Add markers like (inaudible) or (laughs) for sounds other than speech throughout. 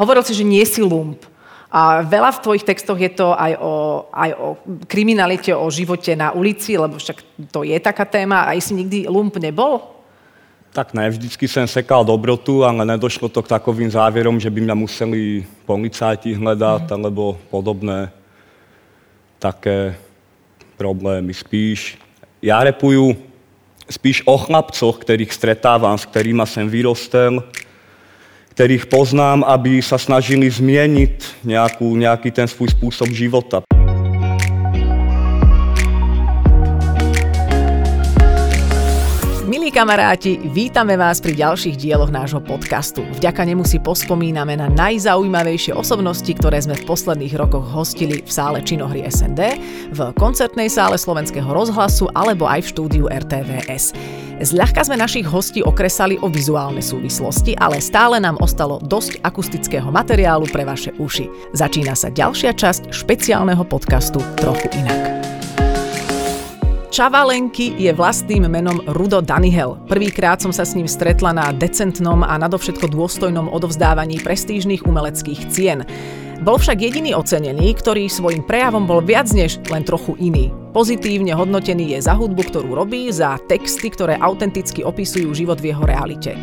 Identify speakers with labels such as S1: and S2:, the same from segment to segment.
S1: Hovoril si, že nie si lump. A veľa v tvojich textoch je to aj o, aj o kriminalite, o živote na ulici, lebo však to je taká téma. A si nikdy lump nebol?
S2: Tak ne, vždycky jsem sekal dobrotu, ale nedošlo to k takovým závěrům, že by mě museli policajti hledat, mm. alebo podobné také problémy. Spíš já repuju spíš o chlapcoch, kterých stretávám, s kterými jsem vyrostel, kterých poznám, aby se snažili změnit nějakou, nějaký ten svůj způsob života.
S1: Milí kamaráti, vítame vás pri ďalších dieloch nášho podcastu. Vďaka nemu si pospomíname na najzaujímavejšie osobnosti, ktoré sme v posledných rokoch hostili v sále činohry SND, v koncertnej sále Slovenského rozhlasu alebo aj v štúdiu RTVS. Zľahka sme našich hostí okresali o vizuálne súvislosti, ale stále nám ostalo dosť akustického materiálu pre vaše uši. Začína sa ďalšia časť špeciálneho podcastu Trochu inak. Čavalenky je vlastným menom Rudo Danihel. Prvýkrát som sa s ním stretla na decentnom a nadovšetko dôstojnom odovzdávaní prestížnych umeleckých cien. Bol však jediný ocenený, ktorý svojim prejavom bol viac než len trochu iný. Pozitívne hodnotený je za hudbu, ktorú robí, za texty, ktoré autenticky opisujú život v jeho realite.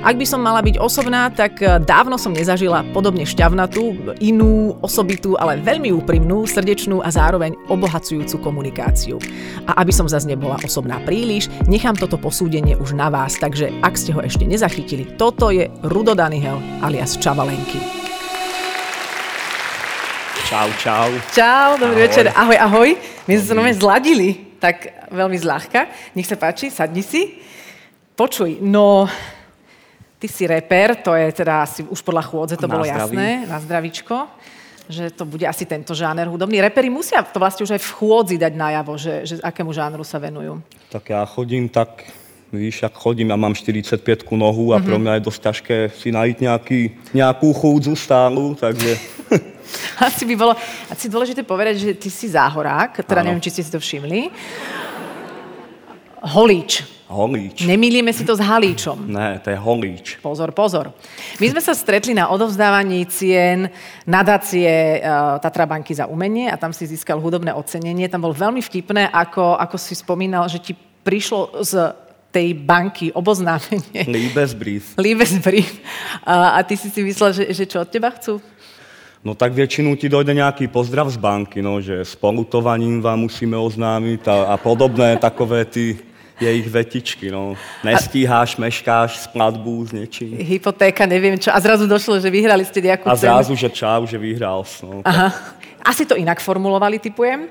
S1: Ak by som mala byť osobná, tak eh, dávno som nezažila podobne šťavnatú, inú, osobitú, ale veľmi úprimnú, srdečnú a zároveň obohacujúcu komunikáciu. A aby som zase nebola osobná príliš, nechám toto posúdenie už na vás, takže ak ste ho ešte nezachytili, toto je Rudo Danihel alias Čavalenky.
S2: Čau, čau.
S1: Čau, dobrý
S2: Ahoj.
S1: večer, ahoj, ahoj. My sme sa nové zladili, tak veľmi zľahka. Nech sa páči, sadni si. Počuj, no, Ty si reper, to je teda asi už podľa chôdze, to
S2: Na
S1: bolo
S2: zdraví.
S1: jasné, na zdravičko, že to bude asi tento žáner hudobný. Reperi musia to vlastne už aj v chôdzi dať najavo, že, že akému žánru sa venujú. (laughs)
S2: Tak já chodím tak, víš, jak chodím, já mám 45 nohu a pro mě je dost těžké si najít nějaký, nějakou chůdzu stálu, takže
S1: Asi by bolo asi dôležité povedať, že ty si záhorák, teda
S2: Áno.
S1: neviem, či ste si to všimli. Holíč.
S2: holíč.
S1: Nemýlime si to s halíčom.
S2: Ne, to je holíč.
S1: Pozor, pozor. My sme sa stretli na odovzdávaní cien nadácie eh, Tatra banky za umenie a tam si získal hudobné ocenenie. Tam bol veľmi vtipné, ako, ako si spomínal, že ti prišlo z tej banky
S2: (laughs)
S1: oboznámenie.
S2: Liebesbrief.
S1: Liebesbrief. A, a ty si si myslel, že, že čo od teba chcú?
S2: No tak většinou ti dojde nějaký pozdrav z banky, no, že s polutovaním vám musíme oznámit a, a podobné takové ty jejich vetičky, no. Nestíháš, meškáš s platbou, s něčím.
S1: Hypotéka, neviem čo. A zrazu došlo, že vyhrali ste nejakú
S2: A
S1: cenu.
S2: zrazu, že čau, že vyhrál jsi, no.
S1: Aha. Asi to inak formulovali, typujem.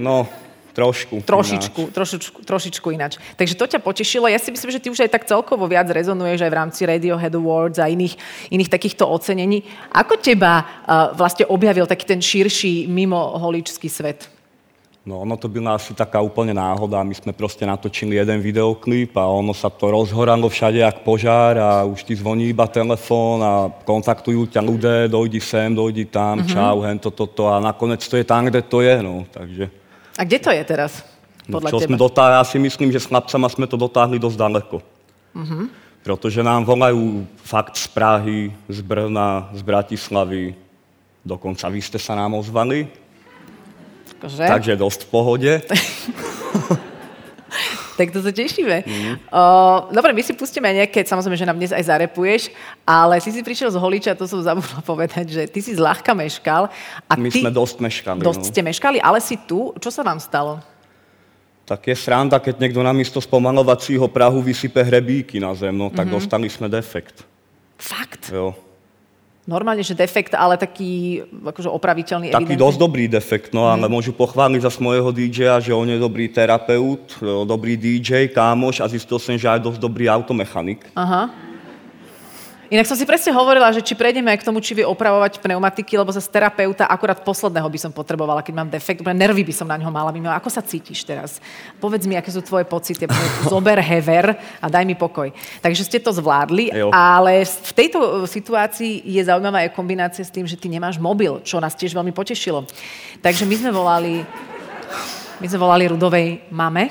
S2: No, trošku.
S1: Trošičku, trošičku, trošičku ináč. Takže to ťa potešilo. Ja si myslím, že ty už aj tak celkovo viac rezonuješ aj v rámci Radiohead Awards a iných, iných takýchto ocenení. Ako teba uh, vlastne objavil taký ten širší mimo holičský svet?
S2: No ono to byla asi taká úplne náhoda. My sme proste natočili jeden videoklip a ono sa to rozhoralo všade jak požár a už ti zvoní iba telefón a kontaktujú ťa ľudé, dojdi sem, dojdi
S1: Mhm.
S2: tam, mm-hmm. čau, hento, toto a nakoniec to je tam, kde to je, no. Takže
S1: A kde to je teraz?
S2: no,
S1: Podľa
S2: čo
S1: teba.
S2: sme dotáhli, ja si myslím, že s chlapcama sme to dotáhli dosť daleko. Mm-hmm.
S1: Mhm.
S2: Protože nám volajú fakt z Prahy, z Brna, z Bratislavy. Dokonca vy ste sa nám ozvali,
S1: Akože?
S2: takže dosť v pohode.
S1: Tak to sa tešíme. Mm.
S2: Mhm.
S1: Uh, dobre, my si pustíme aj nejaké, samozrejme, že nám dnes aj zarepuješ, ale si si prišiel z holiča, to som zabudla (laughs) povedať, že ty si zľahka meškal. A
S2: My
S1: ty
S2: sme dosť meškali.
S1: dosť
S2: no.
S1: ste meškali, ale si tu. Čo sa vám stalo?
S2: Tak je sranda, keď niekto namiesto spomalovacího prahu vysype hrebíky na zem, no, tak mm-hmm. dostali sme defekt.
S1: Fakt?
S2: Jo.
S1: Normálne, že defekt, ale taký akože opraviteľný.
S2: Taký
S1: evidentný.
S2: dosť dobrý defekt, no ale môžu pochváliť zase mojho DJ-a, že on je dobrý terapeut, jo, dobrý DJ, kámoš a zistil som, že aj dosť dobrý automechanik.
S1: Aha. Inak som si presne hovorila, že či prejdeme aj k tomu, či vie opravovať pneumatiky, lebo zase terapeuta akurát posledného by som potrebovala, keď mám defekt, úplne nervy by som na ňo mala. by mala- Ako sa cítiš teraz? Povedz mi, aké sú tvoje pocity. (laughs) Zober hever a daj mi pokoj. Takže ste to zvládli,
S2: Jo.
S1: ale v tejto e, situácii je zaujímavá aj kombinácia s tým, že ty nemáš mobil, čo nás tiež veľmi potešilo. Takže my sme volali, my sme volali Rudovej mame,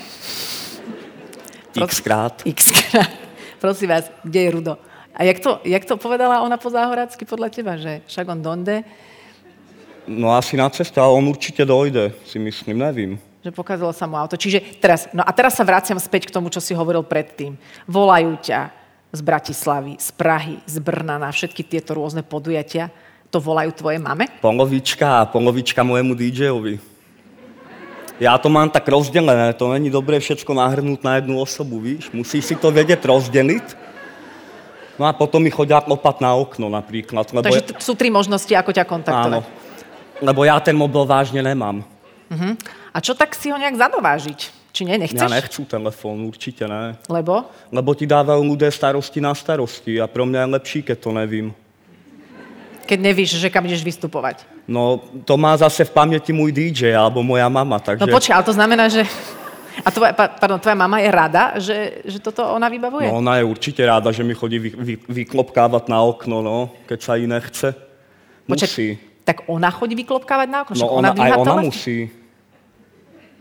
S2: X krát.
S1: (laughs) X krát. Prosím vás, kde je Rudo? A jak to, jak to povedala ona po záhoracky podľa teba, že však on donde,
S2: No asi na ceste, ale on určite dojde, si myslím, nevím.
S1: že pokazilo sa mu auto. Čiže teraz, no a teraz sa vraciam späť k tomu, čo si hovoril predtým. Volajú ťa z Bratislavy, z Prahy, z Brna na všetky tieto rôzne podujatia. To volajú tvoje mame?
S2: Polovička, polovička mojemu DJovi. Já to mám tak rozdělené, to není dobré všechno nahrnout na jednu osobu, víš? Musíš si to vědět rozdělit. No a potom mi chodí kopat na okno například. Lebo,
S1: Takže t- sú tri možnosti, ako ťa kontaktovať.
S2: áno, lebo já ten mobil vážně nemám.
S1: Mhm. A čo tak si ho nejak zadovážiť? Či nie, nechceš?
S2: Já nechci telefon, určitě ne.
S1: Lebo?
S2: Lebo ti dávají lidé starosti na starosti a pro mě je lepší, keď to nevím.
S1: Keď nevíš, že kam ideš vystupovať.
S2: No, to má zase v paměti můj DJ, alebo moja mama, takže...
S1: No počkaj, ale to znamená, že... A tvoja, pa- pardon, tvoja mama je rada, že, že toto ona vybavuje?
S2: No ona je určite ráda, že mi chodí vy, vy, vyklopkávať na okno, no, keď sa ji nechce.
S1: Počkaj,
S2: Musí.
S1: Tak ona chodí vyklopkávať na okno?
S2: No
S1: však
S2: ona, aj
S1: dvíha
S2: ona
S1: telefón.
S2: musí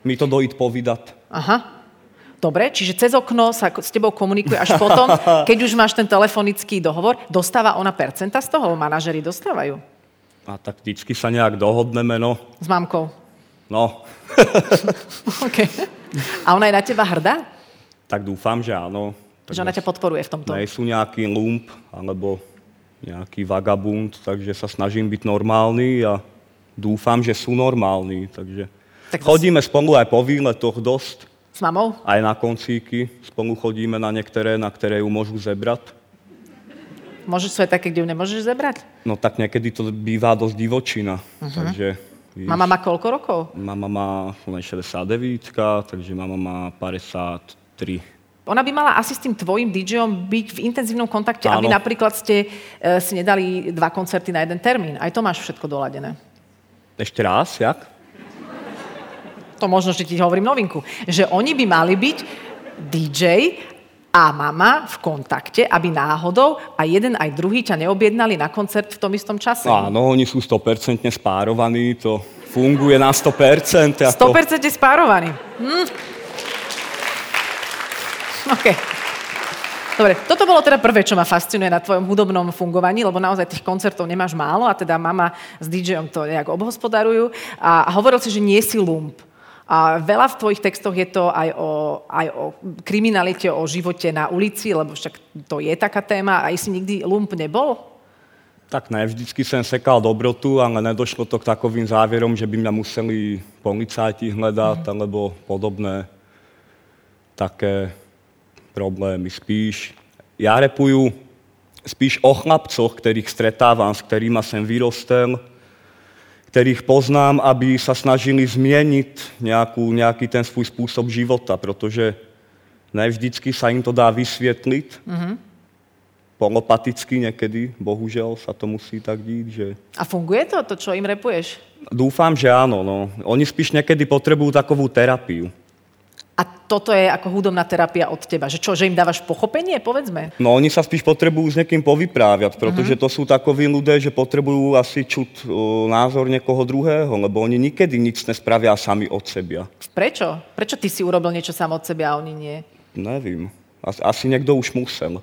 S2: mi to dojít povídať.
S1: Aha. Dobre, čiže cez okno sa ko- s tebou komunikuje až
S2: (laughs)
S1: potom, keď už máš ten telefonický dohovor, dostáva ona percenta z toho? Manažeri dostávajú
S2: A tak vždycky sa nejak dohodneme, no.
S1: s mamkou. (laughs)
S2: No,
S1: Okay. A ona je na teba hrdá?
S2: tak dúfam, že áno. Tak no.
S1: Že ona ťa podporuje v tomto?
S2: nejsú nejaký lump, alebo nejaký vagabund, takže sa snažím byť normálny a dúfam, že sú normálni. Takže
S1: Tak
S2: tak
S1: zas-
S2: chodíme spolu aj po výletoch dosť.
S1: S mamou?
S2: aj na koncíky. Spolu chodíme na niektoré, na ktoré ju môžu zebrať.
S1: Môžeš sú aj také, kde ju nemôžeš zebrať?
S2: No tak niekedy to býva dosť divočina. Uh-huh. Takže víš,
S1: Mama má koľko rokov?
S2: mama má ona je 69, takže mama má 53.
S1: Ona by mala asi s tým tvojim DJom byť v intenzívnom kontakte, aby
S2: Áno.
S1: napríklad ste e, si nedali dva koncerty na jeden termín. Aj to máš všetko doladené.
S2: Ešte raz, jak?
S1: To možno, že ti hovorím novinku. Že oni by mali byť DJ a mama v kontakte, aby náhodou a jeden aj druhý ťa neobjednali na koncert v tom istom čase.
S2: Áno, oni sú 100% spárovaní, to funguje na 100%. Ako...
S1: 100% je spárovaný. Hm. OK. Dobre, toto bolo teda prvé, čo ma fascinuje na tvojom hudobnom fungovaní, lebo naozaj tých koncertov nemáš málo a teda mama s DJom to nejak obhospodarujú. A hovoril si, že nie si lump. A veľa v tvojich textoch je to aj o, aj o kriminalite, o živote na ulici, lebo však to je taká téma. Aj si nikdy lump nebol?
S2: Tak ne, vždycky jsem sekal dobrotu, ale nedošlo to k takovým závěrům, že by mě museli policajti hledat, mm. alebo podobné také problémy. Spíš já repuju spíš o chlapcoch, kterých stretávám, s kterými jsem vyrostel, kterých poznám, aby sa snažili změnit nějakou, nějaký ten svůj způsob života, protože ne vždycky sa im to dá vysvětlit, polopaticky niekedy, bohužel sa to musí tak díť, že...
S1: A funguje to, to čo im repuješ?
S2: Dúfam, že áno, no. Oni spíš niekedy potrebujú takovú terapiu.
S1: A toto je ako hudobná terapia od teba. Že čo, že im dávaš pochopenie, povedzme?
S2: No oni sa spíš potrebujú s niekým povypráviať, pretože to sú takoví ľudia, že potrebujú asi čuť o, názor niekoho druhého, lebo oni nikdy nič nespravia sami od sebia.
S1: Prečo? Prečo ty si urobil niečo sám od seba a oni nie?
S2: Nevím. As, asi niekto už musel.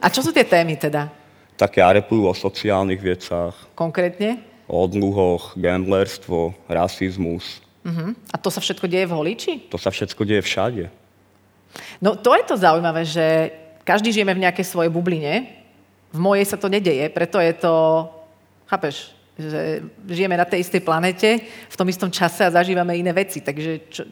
S1: A čo sú tie témy teda?
S2: Tak ja repujú o sociálnych vecách,
S1: Konkrétne?
S2: o odluhoch, gamblerstvo, rasizmus.
S1: Uh-huh. A to sa všetko deje v holiči?
S2: To sa všetko deje všade.
S1: No to je to zaujímavé, že každý žijeme v nejakej svojej bubline. V mojej sa to nedeje, preto je to... Chápeš? že žijeme na tej istej planete, v tom istom čase a zažívame iné veci. Takže čo,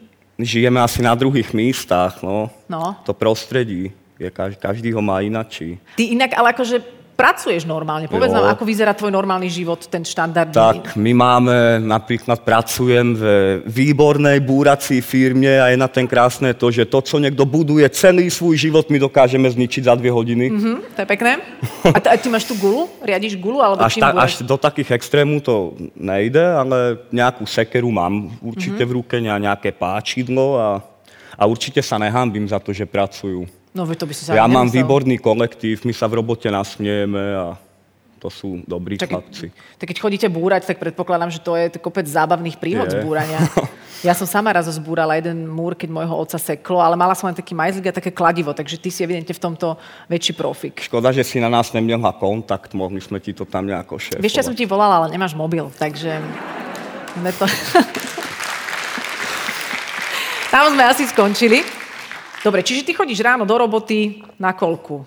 S2: Žijeme asi na druhých místach, no.
S1: no.
S2: To prostredí, je, každý, každý ho má inačí.
S1: Ty inak ale akože pracuješ normálne. Povedz
S2: Jo.
S1: nám, ako vyzerá tvoj normálny život, ten štandardný.
S2: Tak, my máme, napríklad pracujem v výbornej búrací firme a je na ten krásne to, že to, co niekto buduje celý svůj život, my dokážeme zničiť za dvě hodiny.
S1: Hm, to je pekné. A, t- a ty máš tú gulu? Riadiš gulu? Alebo
S2: Až,
S1: čím
S2: ta,
S1: budeš?
S2: až do takých extrémů to nejde, ale nějakou sekeru mám
S1: Mhm.
S2: určitě v ruke, ně- nějaké páčidlo a, a určitě sa nehambím za to, že pracujú.
S1: No veď to by si sa
S2: Ja
S1: ani
S2: mám
S1: nemusel.
S2: výborný kolektív, my sa v robote nasmiejeme a To sú dobrí
S1: Čak-
S2: chlapci.
S1: Tak keď chodíte búrať, tak predpokladám, že to je t- kopec zábavných príhod z
S2: Je. (laughs)
S1: búrania. Ja som sama raz zbúrala jeden múr, keď môjho otca seklo, ale mala som len taký majzlik a také kladivo, takže ty si evidentne v tomto väčší profik.
S2: Škoda, že si na nás nemiela kontakt, mohli sme ti to tam nejako šéfovať.
S1: Vieš, čo, ja som ti volala, ale nemáš mobil, takže... Sme to... (laughs) Tam sme asi skončili. Dobre, čiže ty chodíš ráno do roboty na koľku?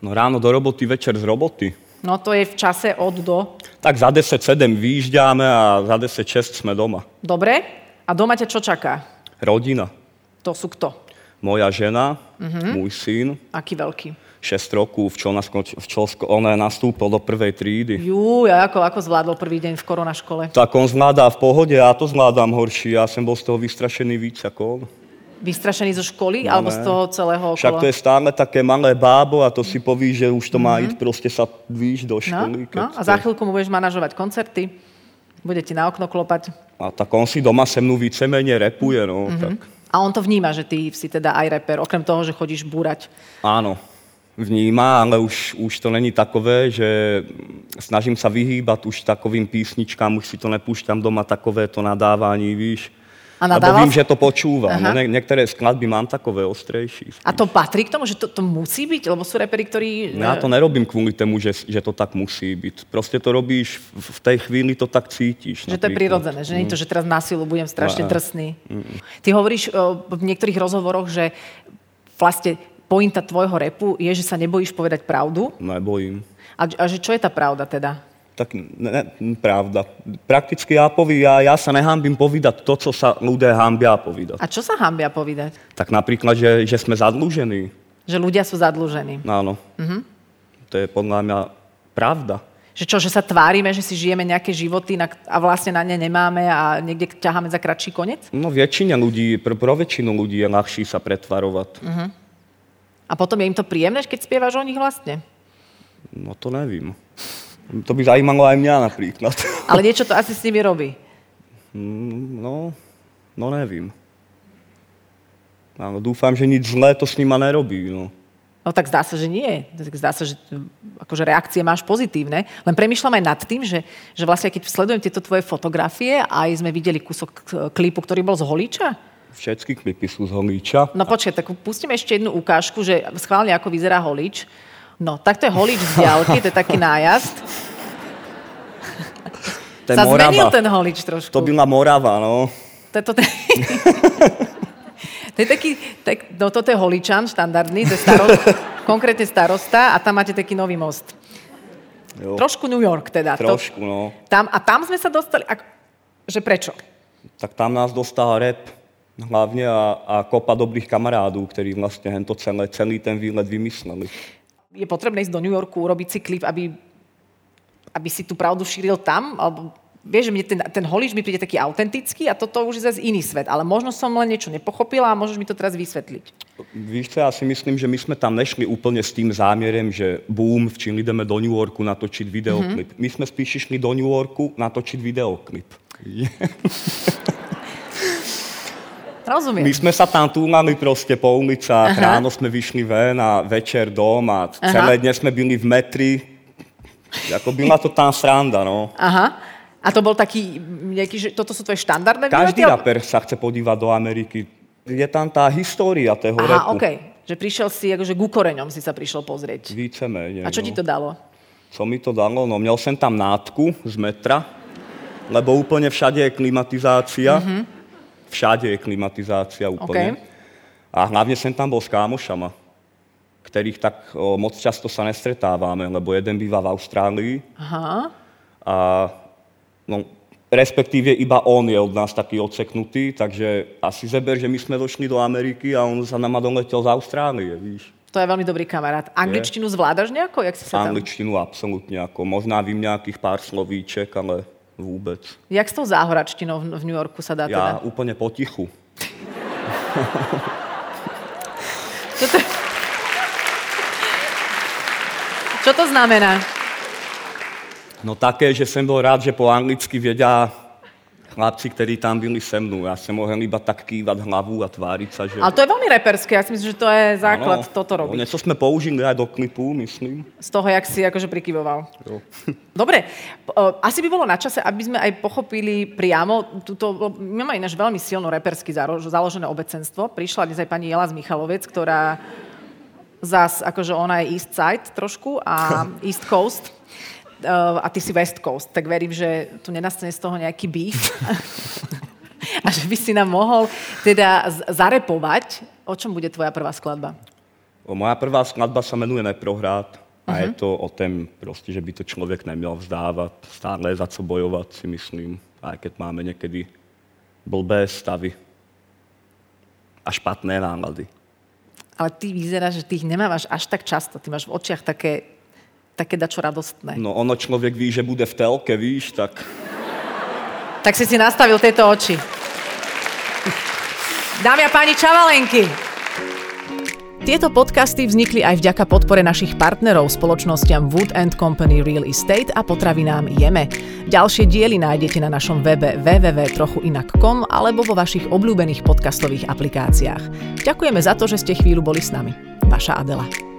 S2: No ráno do roboty, večer z roboty.
S1: No to je v čase od do.
S2: Tak za 10-7 vyjížďame a za 10-6 sme doma.
S1: Dobre? A doma ťa čo čaká?
S2: Rodina.
S1: To sú kto?
S2: Moja žena,
S1: Mhm.
S2: môj syn,
S1: Aký veľký? 6
S2: 6 rokov, v čo, naskoč, v čo sko- on nastúpil do prvej trídy.
S1: Jú, ja ako, ako zvládol prvý deň v korona škole?
S2: Tak on zvládá v pohode, ja to zvládam horší. Ja som bol z toho vystrašený víc ako on.
S1: Vystrašený zo školy alebo z toho celého okolo?
S2: No Však to je stále také malé bábo a to si poví, že už to má ísť proste sa víš do
S1: Mhm. no,
S2: školy.
S1: no,
S2: keď
S1: a za
S2: to-
S1: chvíľku mu budeš manažovať koncerty, bude ti na okno klopať.
S2: a tak on si doma se mnou vícemenej repuje, no. Tak,
S1: A on to vníma, že ty si teda aj reper, okrem toho, že chodíš búrať.
S2: áno, vníma, ale už, už to není takové, že snažím sa vyhýbať už takovým písničkám, už si to nepúšťam doma takové to nadávanie, víš.
S1: A
S2: Lebo
S1: nadával
S2: vím,
S1: si?
S2: že to počúvam.
S1: Aha.
S2: No, nie, niektoré skladby mám takové ostrejší.
S1: A to patrí k tomu, že to, to musí byť? Lebo sú reperi, ktorí... e,
S2: No ja to nerobím kvôli tomu, že, že to tak musí byť. Proste to robíš, v, v tej chvíli to tak cítiš.
S1: Že to je
S2: napríklad.
S1: prirodzené, že nie je to, že teraz na silu budem strašne
S2: No, áno.
S1: drsný. Ty hovoríš o, v niektorých rozhovoroch, že vlastne pointa tvojho repu je, že sa nebojíš povedať pravdu.
S2: Nebojím.
S1: A, a že čo je tá pravda teda?
S2: Tak ne, ne, pravda. Prakticky ja povím, ja, ja sa nehambím povedať to, co sa ľudia hambia povedať.
S1: A čo sa hambia povedať?
S2: Tak napríklad, že, že sme zadlúžení. No,
S1: Že ľudia sú zadlúžení.
S2: Áno.
S1: Mhm.
S2: To je podľa mňa pravda.
S1: Že čo, že sa tvárime, že si žijeme nejaké životy na, a vlastne na ne nemáme a niekde ťaháme za kratší koniec?
S2: No väčšina ľudí, pre, pro väčšinu ľudí je ľahší sa pretvarovať.
S1: Mhm. A potom je im to príjemné, keď spievaš o nich vlastne?
S2: No to nevím. To by zajímalo aj mňa napríklad. (laughs)
S1: Ale niečo to asi s nimi robí.
S2: No, no nevím. Áno, dúfam, že nič zlé to s nima nerobí. No.
S1: No tak zdá sa, že nie. Tak zdá sa, že hm, akože reakcie máš pozitívne. Len premyšľam aj nad tým, že, že vlastne keď sledujem tieto tvoje fotografie, aj sme videli kúsok k- klipu, ktorý bol z Holíča.
S2: Všetky klipy sú z holíča.
S1: No počkaj, tak pustíme ešte jednu ukážku, že schválne, ako vyzerá holič. No, tak to je holič z diálky, to je taký nájazd.
S2: (laughs) To je
S1: Sa zmenil
S2: Morava.
S1: ten holič trošku.
S2: To byla Morava, no.
S1: To, (laughs) to, to, to je taký, tak, no toto je holičan štandardný, to je starost,
S2: (laughs)
S1: konkrétne starosta a tam máte taký nový most.
S2: Jo,
S1: Trošku New York teda. To-
S2: trošku, no.
S1: Tam, a tam sme sa dostali, ak, že prečo?
S2: Tak tam nás dostal rap hlavne a, a kopa dobrých kamarádů, ktorí vlastne hento celé, celý ten výlet vymysleli.
S1: Je potrebné ísť do New Yorku, urobiť si klip, aby, aby si tú pravdu šíril tam? Alebo, vieš, že mne ten, ten holič mi príde taký autentický a toto už je zase iný svet. Ale možno som len niečo nepochopila a môžeš mi to teraz vysvetliť.
S2: Víš čo, ja si myslím, že my sme tam nešli úplne s tým zámierem, že boom, v čím ideme do New Yorku natočiť videoklip.
S1: Mhm.
S2: My sme spíš išli do New Yorku natočiť videoklip. My
S1: Rozumiem.
S2: sme sa tam túlali proste po ulicách, Aha. ráno sme vyšli ven a večer dom a celé dne sme byli v metri. Ako byla to tam sranda, no.
S1: Aha. A to bol taký, nejaký, že toto sú tvoje štandardné výlety,
S2: Každý
S1: alebo-
S2: raper sa chce podívať do Ameriky. Je tam tá história toho
S1: Aha,
S2: rapu.
S1: OK. Že prišiel si, akože ku koreňom si sa prišiel pozrieť.
S2: Vícemenej.
S1: A čo
S2: no.
S1: ti to dalo?
S2: Co mi to dalo? No, měl jsem tam nátku z metra, lebo úplně všade je klimatizácia. Všade je klimatizácia úplně.
S1: Mhm. OK.
S2: A hlavně jsem tam byl s kámošama, kterých tak o, moc často sa nestretáváme, lebo jeden bývá v Austrálii
S1: Aha.
S2: a no, respektíve iba on je od nás taký odseknutý, takže asi zeber, že my jsme došli do Ameriky a on za nama doletel z Austrálie, víš.
S1: To je veľmi dobrý kamarát. Angličtinu zvládaš nejako? Jak si sa tam...
S2: Angličtinu absolútne ako. Možná vím nejakých pár slovíček, ale vôbec.
S1: Jak s tou záhoračtinou v v New Yorku sa dá
S2: Ja
S1: teda?
S2: úplne potichu.
S1: Čo to, čo to znamená?
S2: No také, že som bol rád, že po anglicky vedia chlapci, ktorí tam byli se mnou. Ja som mohel iba tak kývať hlavu a tváriť sa, že... no,
S1: Ale to je veľmi veľmi reperské, ja si myslím, že to je základ ano, toto robiť.
S2: Niečo sme použili aj do klipu, myslím.
S1: Z toho, jak si akože prikyvoval. Jo. Dobre, asi by bolo na čase, aby sme aj pochopili priamo túto, my máme ináč veľmi silno repersky založené obecenstvo. Prišla dnes aj pani Jela z Michalovec, ktorá zas, akože ona je East Side trošku a East Coast a ty si West Coast, tak verím, že tu nenastane z toho nejaký beef a že by si nám mohol teda zarepovať, o čom bude tvoja prvá skladba?
S2: O, moja prvá skladba sa menuje Neprohrát a uh-huh. je to o tom proste, že by to človek nemal vzdávať, stále za co bojovať si myslím, aj keď máme niekedy blbé stavy a špatné nálady.
S1: Ale ty vyzerá, že ty ich nemávaš až tak často. Ty máš v očiach také, také dačo radostné.
S2: No ono človek ví, že bude v telke, víš, tak...
S1: Tak si si nastavil tieto oči. Dámy a páni čavalenky, tieto podcasty vznikli aj vďaka podpore našich partnerov spoločnosťam Wood and Company Real Estate a potravinám Jeme. Ďalšie diely nájdete na našom webe www.trochuinak.com alebo vo vašich obľúbených podcastových aplikáciách. Ďakujeme za to, že ste chvíľu boli s nami. Vaša Adela.